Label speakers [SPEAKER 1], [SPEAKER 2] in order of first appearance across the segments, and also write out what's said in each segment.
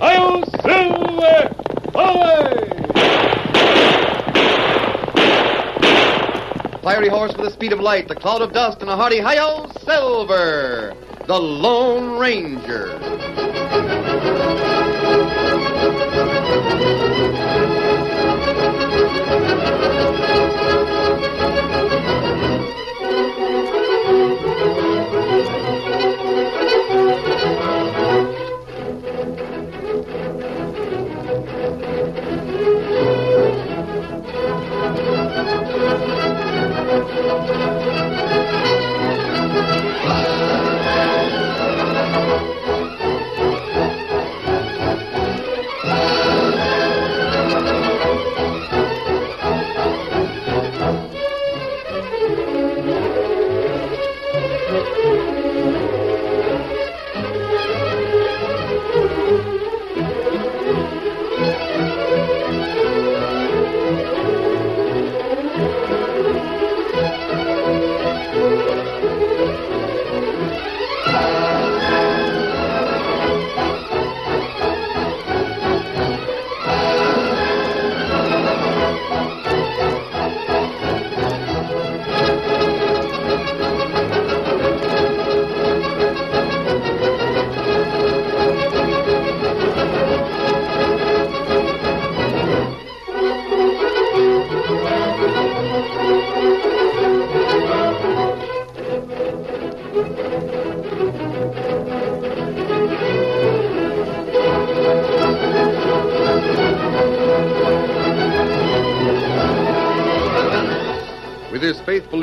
[SPEAKER 1] Hail Silver! Away!
[SPEAKER 2] Fiery horse with the speed of light, the cloud of dust, and a hearty hi silver, the Lone Ranger. With his faithful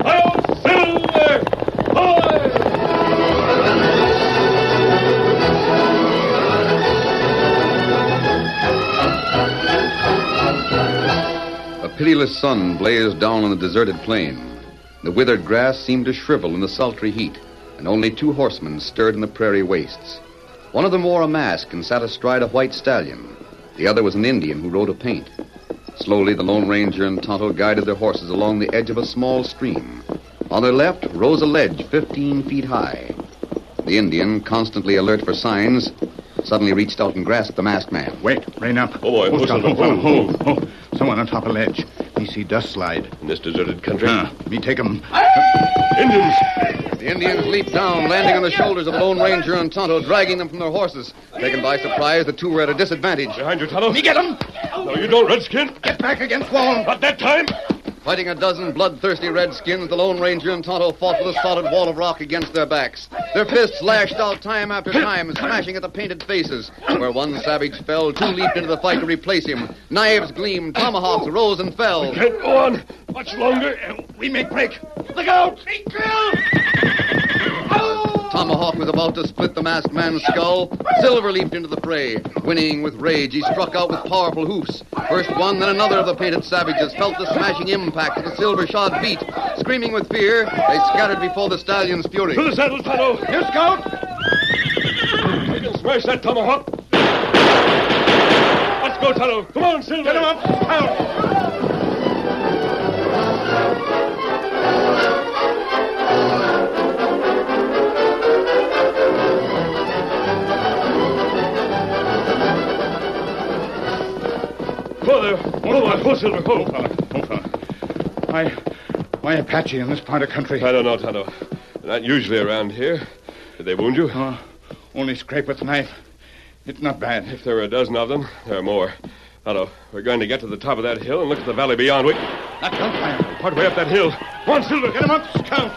[SPEAKER 1] Hail Silver! Away!
[SPEAKER 2] A pitiless sun blazed down on the deserted plain. The withered grass seemed to shrivel in the sultry heat, and only two horsemen stirred in the prairie wastes. One of them wore a mask and sat astride a white stallion. The other was an Indian who rode a paint. Slowly, the Lone Ranger and Tonto guided their horses along the edge of a small stream. On their left rose a ledge 15 feet high. The Indian, constantly alert for signs, suddenly reached out and grasped the masked man.
[SPEAKER 3] Wait, rein up.
[SPEAKER 4] Oh, boy.
[SPEAKER 3] Who's
[SPEAKER 4] Who's
[SPEAKER 3] down?
[SPEAKER 4] that?
[SPEAKER 3] Oh,
[SPEAKER 4] Oh,
[SPEAKER 3] oh, oh, oh. Someone on top of ledge. Me see dust slide.
[SPEAKER 4] In this deserted country?
[SPEAKER 3] Uh, me take 'em.
[SPEAKER 4] Indians!
[SPEAKER 2] The Indians leaped down, landing on the shoulders of the Lone Ranger and Tonto, dragging them from their horses. Taken by surprise, the two were at a disadvantage.
[SPEAKER 4] Behind you, Tonto.
[SPEAKER 3] Me get 'em.
[SPEAKER 4] No, you don't, Redskin.
[SPEAKER 3] Get back against wall.
[SPEAKER 4] Not that time.
[SPEAKER 2] Fighting a dozen bloodthirsty redskins, the Lone Ranger and Tonto fought with a solid wall of rock against their backs. Their fists lashed out time after time, smashing at the painted faces. Where one savage fell, two leaped into the fight to replace him. Knives gleamed, tomahawks rose and fell.
[SPEAKER 4] Can't go on much longer.
[SPEAKER 3] Uh,
[SPEAKER 4] We make break. Look out!
[SPEAKER 2] Tomahawk was about to split the masked man's skull. Silver leaped into the fray. Whinnying with rage, he struck out with powerful hoofs. First one, then another of the painted savages felt the smashing impact of the silver shod feet. Screaming with fear, they scattered before the stallion's fury.
[SPEAKER 4] To the saddle, Tonto.
[SPEAKER 3] Here, Scout.
[SPEAKER 4] You can smash that tomahawk. Let's go, Tonto. Come on, Silver.
[SPEAKER 3] Get 'em up. Out.
[SPEAKER 4] Go there. Go, on. go Silver. Go.
[SPEAKER 3] Oh, fella. Why, why Apache in this part of country?
[SPEAKER 4] I don't know, Tonto. They're not usually around here. Did they wound you?
[SPEAKER 3] Oh, only scrape with knife. It's not bad.
[SPEAKER 4] If there were a dozen of them, there are more. Tonto, we're going to get to the top of that hill and look at the valley beyond. Wait,
[SPEAKER 3] Not gunfire.
[SPEAKER 4] part way up that hill. Come on, Silver.
[SPEAKER 3] Get 'em up, Scout.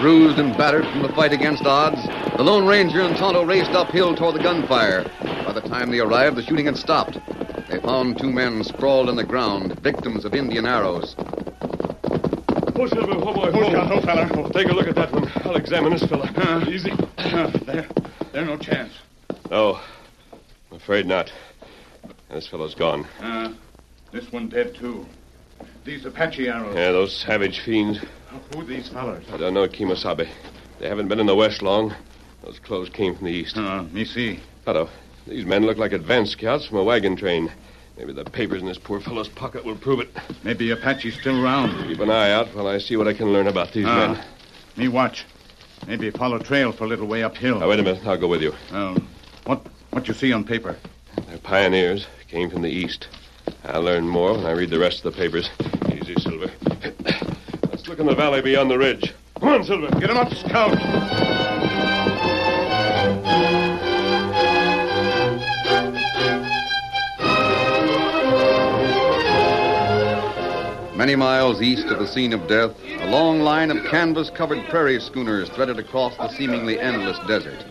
[SPEAKER 2] Bruised and battered from the fight against odds, the Lone Ranger and Tonto raced uphill toward the gunfire. By the time they arrived, the shooting had stopped. They found two men sprawled on the ground, victims of Indian arrows.
[SPEAKER 4] Push him, oh boy,
[SPEAKER 3] Who's
[SPEAKER 4] oh.
[SPEAKER 3] got no fella?
[SPEAKER 4] Take a look at that one. I'll examine this fella. Easy.
[SPEAKER 3] Uh, there, there no chance.
[SPEAKER 4] No, I'm afraid not. This fellow's gone.
[SPEAKER 3] Uh, this one dead too. These Apache arrows.
[SPEAKER 4] Yeah, those savage fiends.
[SPEAKER 3] Who these fellas?
[SPEAKER 4] I don't know Kemosabe. They haven't been in the West long. Those clothes came from the East.
[SPEAKER 3] Uh, me see.
[SPEAKER 4] Hello. These men look like advance scouts from a wagon train. Maybe the papers in this poor fellow's pocket will prove it.
[SPEAKER 3] Maybe Apache still round.
[SPEAKER 4] Keep an eye out while I see what I can learn about these
[SPEAKER 3] Ah.
[SPEAKER 4] men.
[SPEAKER 3] Me watch. Maybe follow trail for a little way uphill.
[SPEAKER 4] Now, wait a minute. I'll go with you.
[SPEAKER 3] Um, what what you see on paper?
[SPEAKER 4] They're pioneers. Came from the East. I'll learn more when I read the rest of the papers. Easy, Silver. Let's look in the valley beyond the ridge. Come on, Silver.
[SPEAKER 3] Get 'em up, scout.
[SPEAKER 2] Many miles east of the scene of death, a long line of canvas covered prairie schooners threaded across the seemingly endless desert.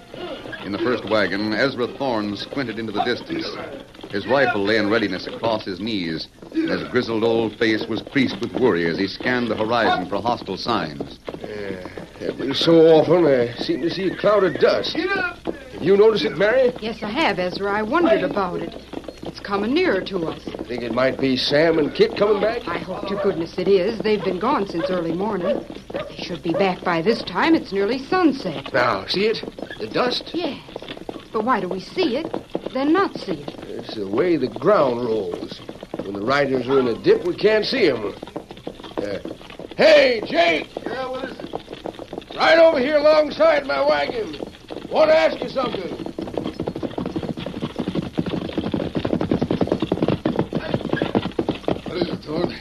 [SPEAKER 2] In the first wagon, Ezra Thorne squinted into the distance. His rifle lay in readiness across his knees, and his grizzled old face was creased with worry as he scanned the horizon for hostile signs.
[SPEAKER 5] Every so often, I seem to see a cloud of dust. Have you noticed it, Mary?
[SPEAKER 6] Yes, I have, Ezra. I wondered about it. It's coming nearer to us.
[SPEAKER 5] Think it might be Sam and Kit coming back?
[SPEAKER 6] I hope to goodness it is. They've been gone since early morning. They should be back by this time. It's nearly sunset.
[SPEAKER 5] Now, see it? The dust?
[SPEAKER 6] Yes. But why do we see it, then not see it?
[SPEAKER 5] It's the way the ground rolls. When the riders are in a dip, we can't see them. hey, Jake! Yeah, what is it? Right over here alongside my wagon. Want to ask you something.
[SPEAKER 7] What is it, Thorne?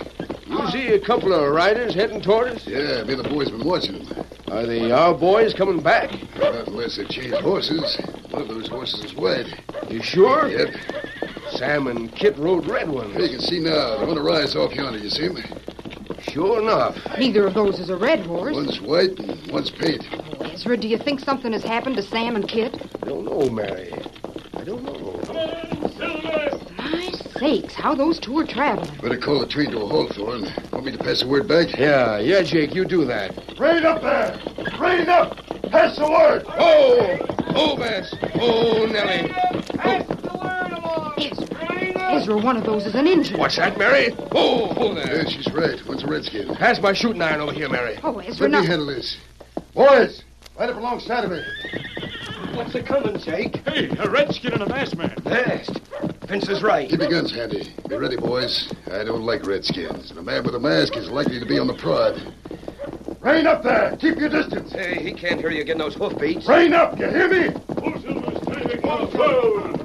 [SPEAKER 5] You see a couple of riders heading toward us?
[SPEAKER 7] Yeah, me and the boys been watching them.
[SPEAKER 5] Are they our boys coming back?
[SPEAKER 7] Not unless they change horses. One of those horses is wet.
[SPEAKER 5] You sure?
[SPEAKER 7] Yep.
[SPEAKER 5] Sam and Kit rode red
[SPEAKER 7] Here you
[SPEAKER 5] ones.
[SPEAKER 7] can see now. The one that rides off yonder, you see him?
[SPEAKER 5] Sure enough.
[SPEAKER 6] Neither of those is a red horse.
[SPEAKER 7] One's white and one's paint.
[SPEAKER 6] Ezra, do you think something has happened to Sam and Kit?
[SPEAKER 5] don't know, Mary. I don't know.
[SPEAKER 1] Silver!
[SPEAKER 6] My sakes, how those two are traveling.
[SPEAKER 7] Better call the train to a halt, Thorne. Want me to pass the word back?
[SPEAKER 5] Yeah, yeah, Jake, you do that.
[SPEAKER 3] Rain up there. Rain up. Pass the word.
[SPEAKER 5] Oh, oh, Bass. Oh, Nellie.
[SPEAKER 6] Ezra, Ezra one of those is an injured.
[SPEAKER 5] What's that, Mary? Oh, hold
[SPEAKER 7] Yeah,
[SPEAKER 5] there.
[SPEAKER 7] she's right. One's a redskin.
[SPEAKER 5] Pass my shooting iron over here, Mary.
[SPEAKER 6] Oh, Ezra,
[SPEAKER 7] Let
[SPEAKER 6] not.
[SPEAKER 7] me handle this.
[SPEAKER 5] Boys.
[SPEAKER 7] Right up alongside of her.
[SPEAKER 5] What's a coming, Jake?
[SPEAKER 3] Hey, a redskin and a masked man.
[SPEAKER 5] Fast. Vince is right.
[SPEAKER 7] Keep your guns handy. Be ready, boys. I don't like redskins, and a man with a mask is likely to be on the prod.
[SPEAKER 3] Rain up there. Keep your distance.
[SPEAKER 5] Hey, he can't hear you getting those hoofbeats.
[SPEAKER 3] Rain up. You hear me?
[SPEAKER 1] Oh, Silver, standing on trail.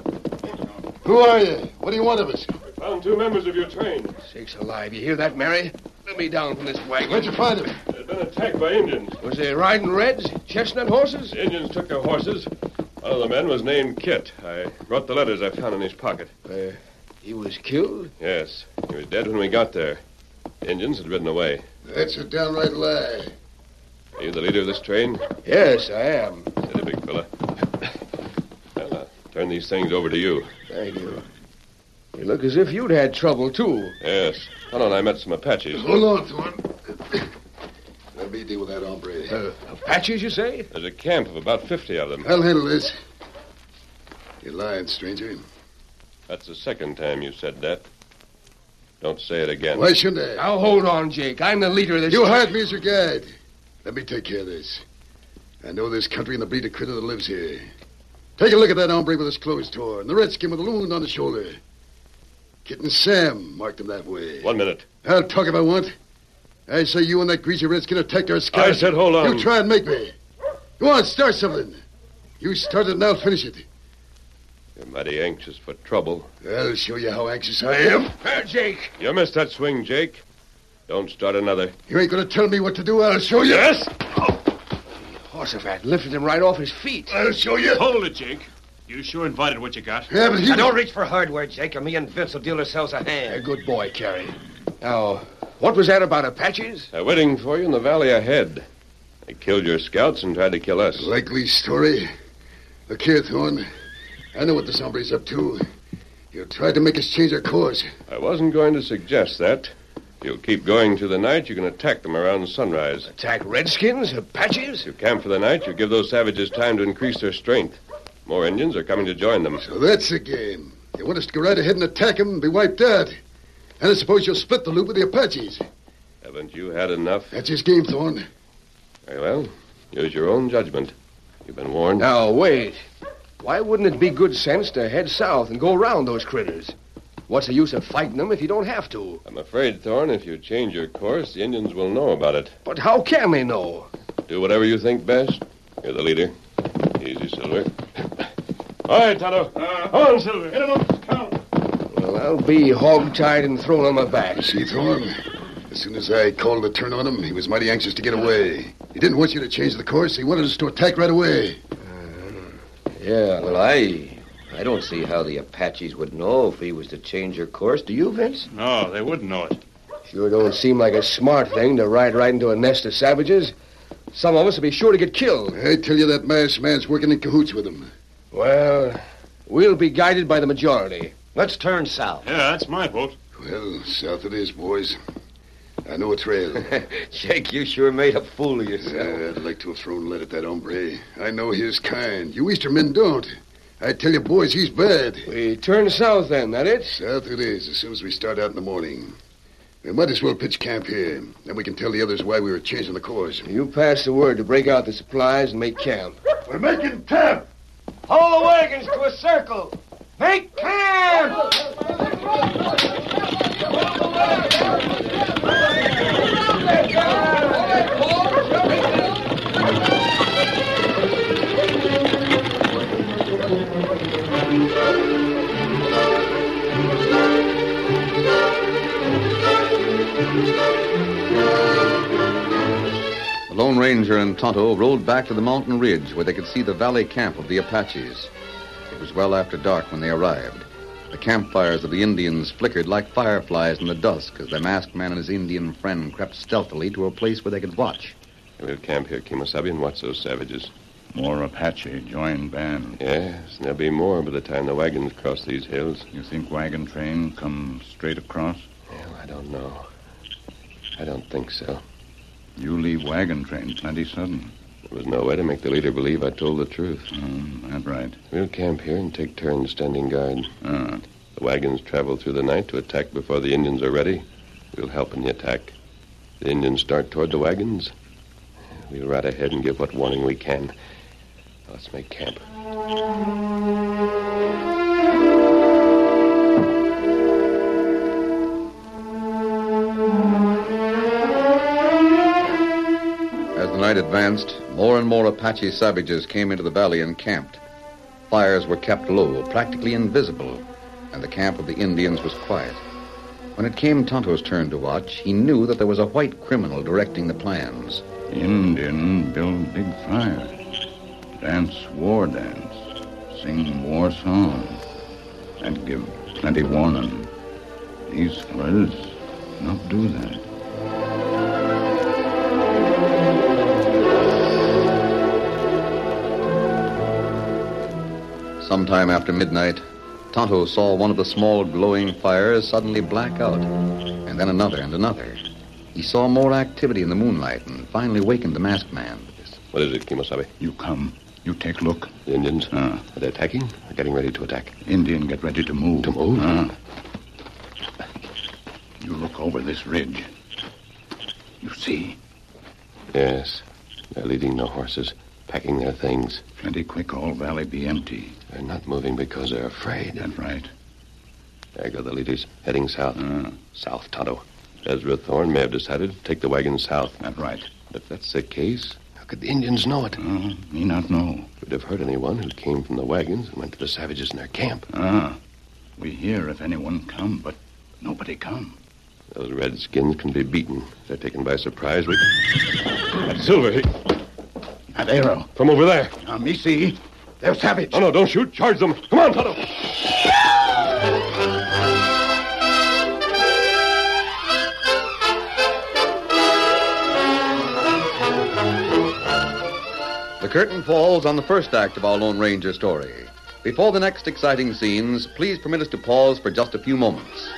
[SPEAKER 7] Who are you? What do you want of us?
[SPEAKER 4] Found two members of your train.
[SPEAKER 5] Sakes alive, you hear that, Mary? Let me down from this
[SPEAKER 7] Where'd
[SPEAKER 5] wagon.
[SPEAKER 7] you find him?
[SPEAKER 4] They'd been attacked by Indians.
[SPEAKER 5] Was they riding reds, chestnut horses?
[SPEAKER 4] The Indians took their horses. One of the men was named Kit. I brought the letters I found in his pocket.
[SPEAKER 5] Uh, he was killed?
[SPEAKER 4] Yes, he was dead when we got there. The Indians had ridden away.
[SPEAKER 7] That's a downright lie.
[SPEAKER 4] Are you the leader of this train?
[SPEAKER 5] Yes, I am.
[SPEAKER 4] Said the big fella. well, I'll turn these things over to you.
[SPEAKER 5] Thank you. You look as if you'd had trouble, too.
[SPEAKER 4] Yes. Tonto and I met some Apaches.
[SPEAKER 7] Hold on, Thorne. Let me deal with that hombre.
[SPEAKER 5] Uh, Apaches, you say?
[SPEAKER 4] There's a camp of about 50 of them.
[SPEAKER 7] I'll handle this. You're lying, stranger.
[SPEAKER 4] That's the second time you said that. Don't say it again.
[SPEAKER 7] Why shouldn't I?
[SPEAKER 5] Now hold on, Jake. I'm the leader of this.
[SPEAKER 7] You hired me as your guide. Let me take care of this. I know this country and the breed of critter that lives here. Take a look at that hombre with his clothes torn, the redskin with a wound on his shoulder. Kitten Sam marked him that way.
[SPEAKER 4] One minute.
[SPEAKER 7] I'll talk if I want. I say you and that greasy redskin attacked our scout.
[SPEAKER 4] I said hold on.
[SPEAKER 7] You try and make me. Go on, start something. You start it and I'll finish it.
[SPEAKER 4] You're mighty anxious for trouble.
[SPEAKER 7] I'll show you how anxious I am.
[SPEAKER 5] Hey, Jake.
[SPEAKER 4] You missed that swing, Jake. Don't start another.
[SPEAKER 7] You ain't gonna tell me what to do. I'll show you.
[SPEAKER 4] Yes?
[SPEAKER 5] Horsefat lifted him right off his feet.
[SPEAKER 7] I'll show you.
[SPEAKER 3] Hold it, Jake. You sure invited what you got.
[SPEAKER 7] Yeah, but he...
[SPEAKER 5] reach for hardware, Jake, or me and Vince will deal ourselves a hand. good boy, Carrie. Now, what was that about Apaches?
[SPEAKER 4] They're waiting for you in the valley ahead. They killed your scouts and tried to kill us.
[SPEAKER 7] Likely story. Look here, Thorne. I know what this hombre's up to. You tried to make us change our course.
[SPEAKER 4] I wasn't going to suggest that. If you'll keep going through the night, you can attack them around sunrise.
[SPEAKER 5] Attack Redskins, Apaches?
[SPEAKER 4] If you camp for the night, you give those savages time to increase their strength. More Indians are coming to join them.
[SPEAKER 7] So that's the game. You want us to go right ahead and attack 'em and be wiped out. And I suppose you'll split the loop with the Apaches.
[SPEAKER 4] Haven't you had enough?
[SPEAKER 7] That's his game, Thorne.
[SPEAKER 4] Very well. Use your own judgment. You've been warned.
[SPEAKER 5] Now, wait. Why wouldn't it be good sense to head south and go around those critters? What's the use of fighting them if you don't have to?
[SPEAKER 4] I'm afraid, Thorne, if you change your course, the Indians will know about it.
[SPEAKER 5] But how can they know?
[SPEAKER 4] Do whatever you think best. You're the leader. Easy, Silver. All right, Tonto.
[SPEAKER 1] on, Silver. Hit him up.
[SPEAKER 5] Well, I'll be hogtied and thrown on my back.
[SPEAKER 7] See, Thorne? As soon as I called the turn on him, he was mighty anxious to get away. He didn't want you to change the course. He wanted us to attack right away.
[SPEAKER 8] Yeah, well, I. I don't see how the Apaches would know if he was to change your course. Do you, Vince?
[SPEAKER 1] No, they wouldn't know it.
[SPEAKER 5] Sure don't seem like a smart thing to ride right into a nest of savages. Some of us will be sure to get killed.
[SPEAKER 7] I tell you, that masked man's working in cahoots with him.
[SPEAKER 5] Well, we'll be guided by the majority.
[SPEAKER 8] Let's turn south.
[SPEAKER 1] Yeah, that's my vote.
[SPEAKER 7] Well, south it is, boys. I know a trail.
[SPEAKER 8] Jake, you sure made a fool of yourself.
[SPEAKER 7] Uh, I'd like to have thrown lead at that hombre. I know his kind. You Eastern men don't. I tell you, boys, he's bad.
[SPEAKER 5] We turn south then, that it?
[SPEAKER 7] South it is, as soon as we start out in the morning. We might as well pitch camp here. Then we can tell the others why we were changing the course.
[SPEAKER 5] You pass the word to break out the supplies and make camp.
[SPEAKER 7] We're making camp!
[SPEAKER 5] Haul the wagons to a circle. Make camp!
[SPEAKER 2] The Lone Ranger and Tonto rode back to the mountain ridge where they could see the valley camp of the Apaches. It was well after dark when they arrived. The campfires of the Indians flickered like fireflies in the dusk as the masked man and his Indian friend crept stealthily to a place where they could watch.
[SPEAKER 4] We'll camp here, Kemosabe, and watch those savages.
[SPEAKER 3] More Apache join band.
[SPEAKER 4] Yes, and there'll be more by the time the wagons cross these hills.
[SPEAKER 3] You think wagon train come straight across?
[SPEAKER 4] Well, I don't know. I don't think so.
[SPEAKER 3] You leave wagon train plenty sudden.
[SPEAKER 4] There was no way to make the leader believe I told the truth.
[SPEAKER 3] Mm, that right.
[SPEAKER 4] We'll camp here and take turns standing guard.
[SPEAKER 3] Ah,
[SPEAKER 4] The wagons travel through the night to attack before the Indians are ready. We'll help in the attack. The Indians start toward the wagons. We'll ride ahead and give what warning we can. Let's make camp.
[SPEAKER 2] As the night advanced, more and more Apache savages came into the valley and camped. Fires were kept low, practically invisible, and the camp of the Indians was quiet. When it came Tonto's turn to watch, he knew that there was a white criminal directing the plans.
[SPEAKER 3] Indian build big fire. Dance war dance. Sing war song. That give plenty warning. These fellas not do that.
[SPEAKER 2] Sometime after midnight, Tonto saw one of the small glowing fires suddenly black out, and then another and another. He saw more activity in the moonlight and finally wakened the masked man.
[SPEAKER 4] What is it, Kemosabe?
[SPEAKER 3] You come. You take look.
[SPEAKER 4] The Indians?
[SPEAKER 3] Ah,
[SPEAKER 4] Are they attacking? They're getting ready to attack.
[SPEAKER 3] Indian get ready to move.
[SPEAKER 4] To move?
[SPEAKER 3] Ah. You look over this ridge. You see.
[SPEAKER 4] Yes. They're leading their horses, packing their things.
[SPEAKER 3] Plenty quick all valley be empty.
[SPEAKER 4] They're not moving because they're afraid.
[SPEAKER 3] That right.
[SPEAKER 4] There go the leaders, heading south.
[SPEAKER 3] Ah,
[SPEAKER 4] South, Tonto. Ezra Thorne may have decided to take the wagons south.
[SPEAKER 3] that right.
[SPEAKER 4] If that's the case, how could the Indians know it?
[SPEAKER 3] Ah, me not know.
[SPEAKER 4] We'd have heard anyone who came from the wagons and went to the savages in their camp.
[SPEAKER 3] Ah, we hear if anyone come, but nobody come.
[SPEAKER 4] Those redskins can be beaten. If they're taken by surprise, we...
[SPEAKER 1] Silver, he-
[SPEAKER 3] That arrow.
[SPEAKER 4] From over there.
[SPEAKER 3] Ah, me see. They're savage.
[SPEAKER 4] Oh, no, don't shoot. Charge them. Come on, Tonto.
[SPEAKER 2] The curtain falls on the first act of our Lone Ranger story. Before the next exciting scenes, please permit us to pause for just a few moments.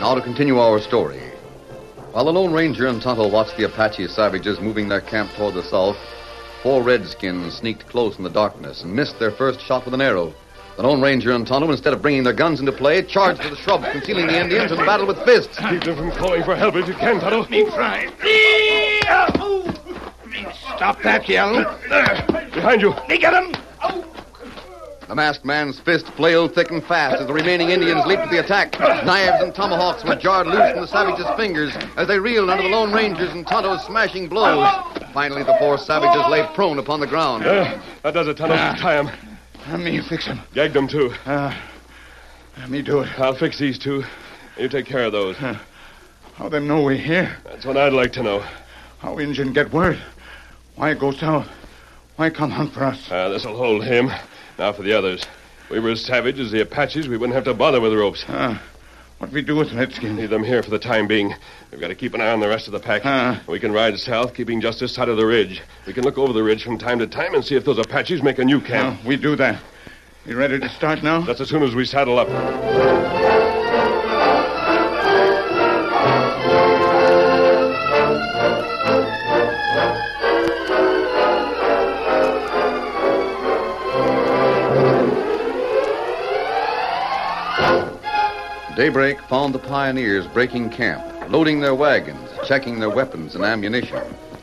[SPEAKER 2] Now to continue our story. While the Lone Ranger and Tonto watched the Apache savages moving their camp toward the south, four redskins sneaked close in the darkness and missed their first shot with an arrow. The Lone Ranger and Tonto, instead of bringing their guns into play, charged for the shrubs, concealing the Indians and battled with fists.
[SPEAKER 1] Keep them from calling for help if you can, Tonto. Me cry.
[SPEAKER 5] Stop that yell.
[SPEAKER 1] Behind you.
[SPEAKER 2] The masked man's fist flailed thick and fast as the remaining Indians leaped to the attack. Knives and tomahawks were jarred loose from the savages' fingers as they reeled under the Lone Ranger's and Tonto's smashing blows. Finally, the four savages lay prone upon the ground.
[SPEAKER 1] There. That does it, Tonto. Tie 'em.
[SPEAKER 3] Let me fix him.
[SPEAKER 1] Gag them, too.
[SPEAKER 3] Let me do it.
[SPEAKER 1] I'll fix these two. You take care of those.
[SPEAKER 3] How them know we here?
[SPEAKER 1] That's what I'd like to know.
[SPEAKER 3] How Injun get word? Why go south? Why come hunt for us?
[SPEAKER 1] Uh, this'll hold him. Now for the others. We were as savage as the Apaches. We wouldn't have to bother with ropes.
[SPEAKER 3] What we do with Redskins?
[SPEAKER 1] Leave them here for the time being. We've got to keep an eye on the rest of the pack.
[SPEAKER 3] Huh.
[SPEAKER 1] We can ride south, keeping just this side of the ridge. We can look over the ridge from time to time and see if those Apaches make a new camp.
[SPEAKER 3] Uh, we do that. You ready to start now?
[SPEAKER 1] That's as soon as we saddle up.
[SPEAKER 2] Daybreak found the pioneers breaking camp, loading their wagons, checking their weapons and ammunition,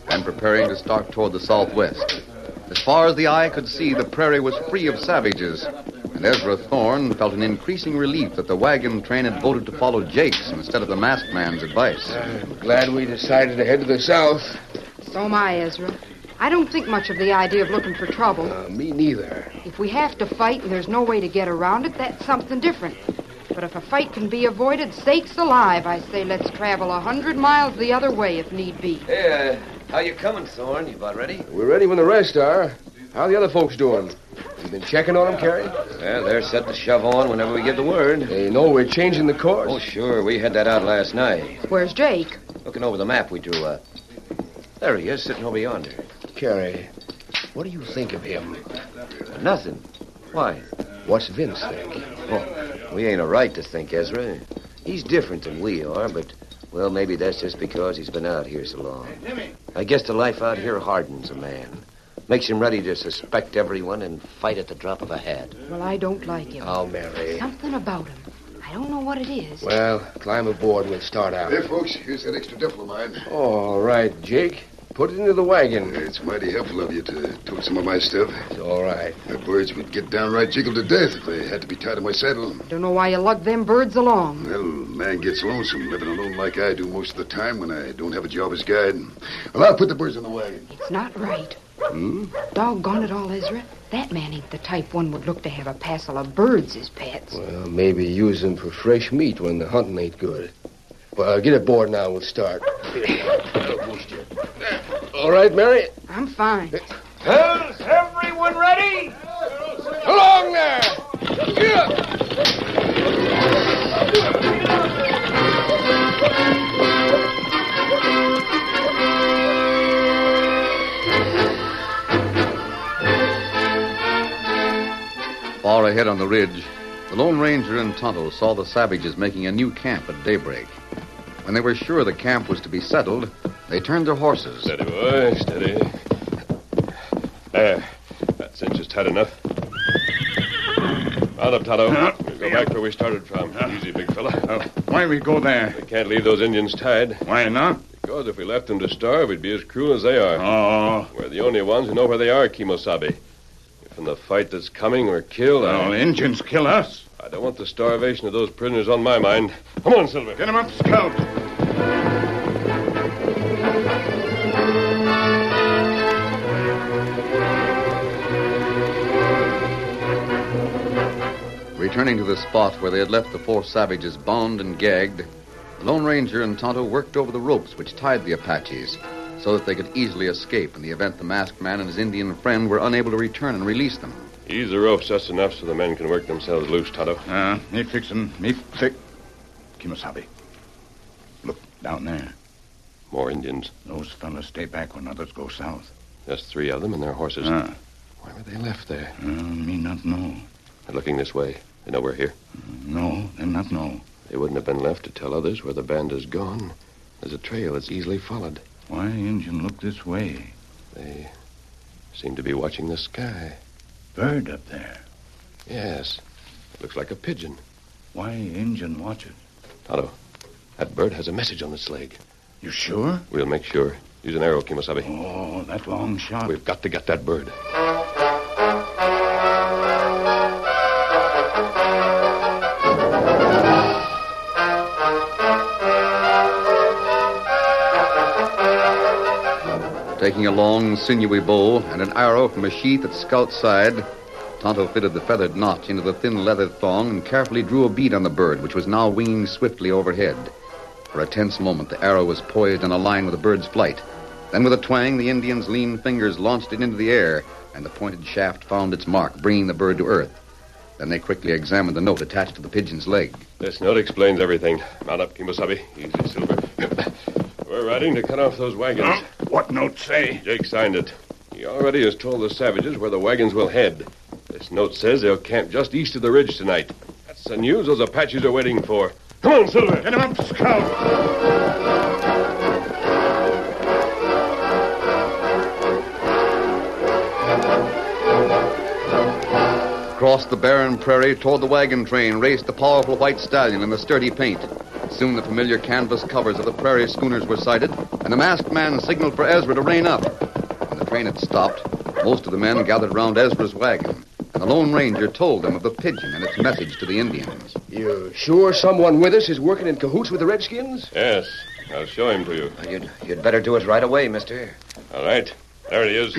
[SPEAKER 2] and preparing to start toward the southwest. As far as the eye could see, the prairie was free of savages, and Ezra Thorne felt an increasing relief that the wagon train had voted to follow Jake's instead of the masked man's advice.
[SPEAKER 5] Glad we decided to head to the south.
[SPEAKER 6] So am I, Ezra. I don't think much of the idea of looking for trouble.
[SPEAKER 5] Uh, me neither.
[SPEAKER 6] If we have to fight and there's no way to get around it, that's something different. But if a fight can be avoided, sakes alive, I say let's travel a hundred miles the other way if need be.
[SPEAKER 8] Hey, uh, how you coming, Thorne? You about ready?
[SPEAKER 5] We're ready when the rest are. How the other folks doing? You been checking on them, Carrie?
[SPEAKER 8] Well, they're set to shove on whenever we give the word.
[SPEAKER 5] They know we're changing the course.
[SPEAKER 8] Oh, sure. We had that out last night.
[SPEAKER 6] Where's Jake?
[SPEAKER 8] Looking over the map we drew up. There he is, sitting over yonder.
[SPEAKER 5] Carrie, what do you think of him?
[SPEAKER 8] Nothing. Why?
[SPEAKER 5] What's Vince think?
[SPEAKER 8] Oh, we ain't a right to think, Ezra. He's different than we are, but, well, maybe that's just because he's been out here so long. I guess the life out here hardens a man, makes him ready to suspect everyone and fight at the drop of a hat.
[SPEAKER 6] Well, I don't like him.
[SPEAKER 5] Oh, Mary.
[SPEAKER 6] Something about him. I don't know what it is.
[SPEAKER 5] Well, climb aboard. We'll start out.
[SPEAKER 7] There, folks, here's that extra duffel of mine.
[SPEAKER 5] All right, Jake. Put it into the wagon.
[SPEAKER 7] It's mighty helpful of you to tote some of my stuff.
[SPEAKER 5] It's all right.
[SPEAKER 7] The birds would get downright jiggled to death if they had to be tied to my saddle.
[SPEAKER 6] Don't know why you lug them birds along.
[SPEAKER 7] Well, man gets lonesome living alone like I do most of the time when I don't have a job as guide. Well, I'll put the birds in the wagon.
[SPEAKER 6] It's not right.
[SPEAKER 7] Hmm?
[SPEAKER 6] Doggone it all, Ezra. That man ain't the type one would look to have a passel of birds as pets.
[SPEAKER 5] Well, maybe use them for fresh meat when the hunting ain't good. Well, get aboard now. We'll start. All right, Mary.
[SPEAKER 6] I'm fine.
[SPEAKER 1] Is everyone ready?
[SPEAKER 5] Along there.
[SPEAKER 2] Far ahead on the ridge, the Lone Ranger and Tonto saw the savages making a new camp at daybreak. When they were sure the camp was to be settled, They turned their horses.
[SPEAKER 4] Steady, boy, steady. There. That's it, just had enough. Round up, Tonto. We'll go back where we started from. Easy, big fella.
[SPEAKER 3] Well, why we go there?
[SPEAKER 4] We can't leave those Indians tied,
[SPEAKER 3] Why not?
[SPEAKER 4] because if we left them to starve, we'd be as cruel as they are.
[SPEAKER 3] Oh,
[SPEAKER 4] We're the only ones who know where they are, Kimosabe. If in the fight that's coming we're killed,
[SPEAKER 3] well, eh?
[SPEAKER 4] I,
[SPEAKER 3] Indians kill us.
[SPEAKER 4] I don't want the starvation of those prisoners on my mind. Come on, Silver.
[SPEAKER 3] Get 'em up, scout.
[SPEAKER 2] Returning to the spot where they had left the four savages bound and gagged, the Lone Ranger and Tonto worked over the ropes which tied the Apaches so that they could easily escape in the event the masked man and his Indian friend were unable to return and release them.
[SPEAKER 4] Ease the ropes just enough so the men can work themselves loose, Tonto.
[SPEAKER 3] Uh, me fixin', me fix. Kimasabi, look down there.
[SPEAKER 4] More Indians.
[SPEAKER 3] Those fellas stay back when others go south.
[SPEAKER 4] Just three of them and their horses.
[SPEAKER 3] Ah,
[SPEAKER 4] Why were they left there?
[SPEAKER 3] uh, me not know.
[SPEAKER 4] They're looking this way. They know we're here.
[SPEAKER 3] No, them not know.
[SPEAKER 4] They wouldn't have been left to tell others where the band has gone. There's a trail that's easily followed.
[SPEAKER 3] Why Indian look this way?
[SPEAKER 4] They seem to be watching the sky.
[SPEAKER 3] Bird up there.
[SPEAKER 4] Yes. Looks like a pigeon.
[SPEAKER 3] Why Indian watch it?
[SPEAKER 4] Tonto, that bird has a message on its leg.
[SPEAKER 3] You sure?
[SPEAKER 4] We'll make sure. Use an arrow, Kimosabe.
[SPEAKER 3] Oh, that long shot.
[SPEAKER 4] We've got to get that bird.
[SPEAKER 2] Taking a long, sinewy bow and an arrow from a sheath at Scout's side, Tonto fitted the feathered notch into the thin leather thong and carefully drew a bead on the bird, which was now winging swiftly overhead. For a tense moment, the arrow was poised on a line with the bird's flight. Then, with a twang, the Indian's lean fingers launched it into the air, and the pointed shaft found its mark, bringing the bird to earth. Then they quickly examined the note attached to the pigeon's leg.
[SPEAKER 4] This note explains everything. Mount up, Kimosabe. Easy, Silver. We're riding to cut off those wagons.
[SPEAKER 3] Huh? What note say?
[SPEAKER 4] Jake signed it. He already has told the savages where the wagons will head. This note says they'll camp just east of the ridge tonight. That's the news those Apaches are waiting for. Come on, Silver.
[SPEAKER 3] Get him up, scout.
[SPEAKER 2] Across the barren prairie toward the wagon train raced the powerful white stallion in the sturdy paint. Soon the familiar canvas covers of the prairie schooners were sighted, and the masked man signaled for Ezra to rein up. When the train had stopped, most of the men gathered round Ezra's wagon, and the Lone Ranger told them of the pigeon and its message to the Indians.
[SPEAKER 5] You sure someone with us is working in cahoots with the Redskins?
[SPEAKER 4] Yes, I'll show him to you.
[SPEAKER 8] Well, you'd, you'd better do it right away, mister.
[SPEAKER 4] All right, there he is.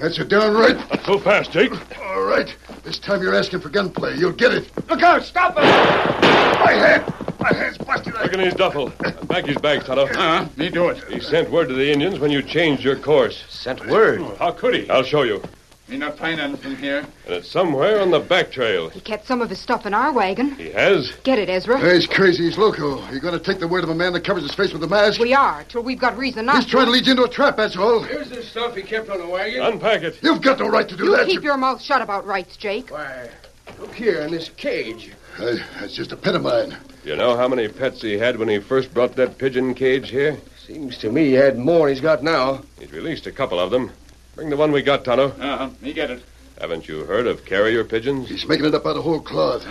[SPEAKER 7] That's it down right.
[SPEAKER 4] Not so fast, Jake.
[SPEAKER 7] All right. This time you're asking for gunplay. You'll get it.
[SPEAKER 5] Look out! Stop them!
[SPEAKER 7] My hand! My hand's busted.
[SPEAKER 4] Look in his duffel. And back his bags, Tonto.
[SPEAKER 3] Uh, me do it.
[SPEAKER 4] He sent word to the Indians when you changed your course.
[SPEAKER 8] Sent word.
[SPEAKER 4] How could he? I'll show you.
[SPEAKER 3] Me not find anything here.
[SPEAKER 4] And it's somewhere on the back trail.
[SPEAKER 6] He kept some of his stuff in our wagon.
[SPEAKER 4] He has.
[SPEAKER 6] Get it, Ezra.
[SPEAKER 7] Hey, he's crazy. He's loco. You're going to take the word of a man that covers his face with a mask?
[SPEAKER 6] We are, till we've got reason not
[SPEAKER 7] He's trying to lead you into a trap, that's all.
[SPEAKER 5] Here's the stuff he kept on the wagon.
[SPEAKER 4] Unpack it.
[SPEAKER 7] You've got no right to do
[SPEAKER 6] You
[SPEAKER 7] that.
[SPEAKER 6] keep your mouth shut about rights, Jake.
[SPEAKER 5] Why, look here in this cage.
[SPEAKER 7] Uh, that's just a pet of mine.
[SPEAKER 4] Do you know how many pets he had when he first brought that pigeon cage here?
[SPEAKER 5] Seems to me he had more than he's got now.
[SPEAKER 4] He's released a couple of them. Bring the one we got, Tonto.
[SPEAKER 3] Uh, me get it.
[SPEAKER 4] Haven't you heard of carrier pigeons?
[SPEAKER 7] He's making it up out of whole cloth.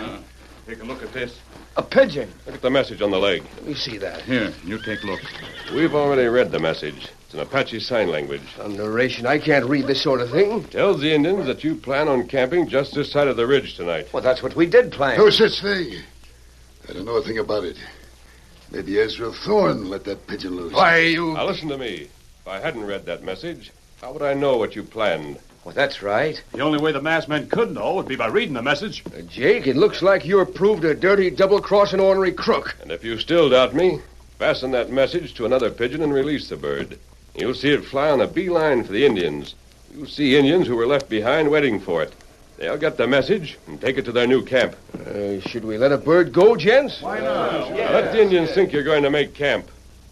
[SPEAKER 3] Take a look at this.
[SPEAKER 5] A pigeon.
[SPEAKER 4] Look at the message on the leg.
[SPEAKER 5] Let me see that.
[SPEAKER 3] Here, you take look.
[SPEAKER 4] We've already read the message. It's an Apache sign language.
[SPEAKER 5] Thunderation, I can't read this sort of thing.
[SPEAKER 4] Tells the Indians that you plan on camping just this side of the ridge tonight.
[SPEAKER 8] Well, that's what we did plan.
[SPEAKER 7] No such thing. I don't know a thing about it. Maybe Ezra Thorne let that pigeon loose.
[SPEAKER 5] Why, you.
[SPEAKER 4] Now listen to me. If I hadn't read that message, how would I know what you planned?
[SPEAKER 8] Well, that's right.
[SPEAKER 9] The only way the masked man could know would be by reading the message.
[SPEAKER 5] Uh, Jake, it looks like you're proved a dirty, double crossing, ornery crook.
[SPEAKER 4] And if you still doubt me, fasten that message to another pigeon and release the bird. You'll see it fly on a beeline for the Indians. You'll see Indians who were left behind waiting for it. They'll get the message and take it to their new camp.
[SPEAKER 5] Uh, should we let a bird go, gents? Why not?
[SPEAKER 4] Let the Indians think you're going to make camp.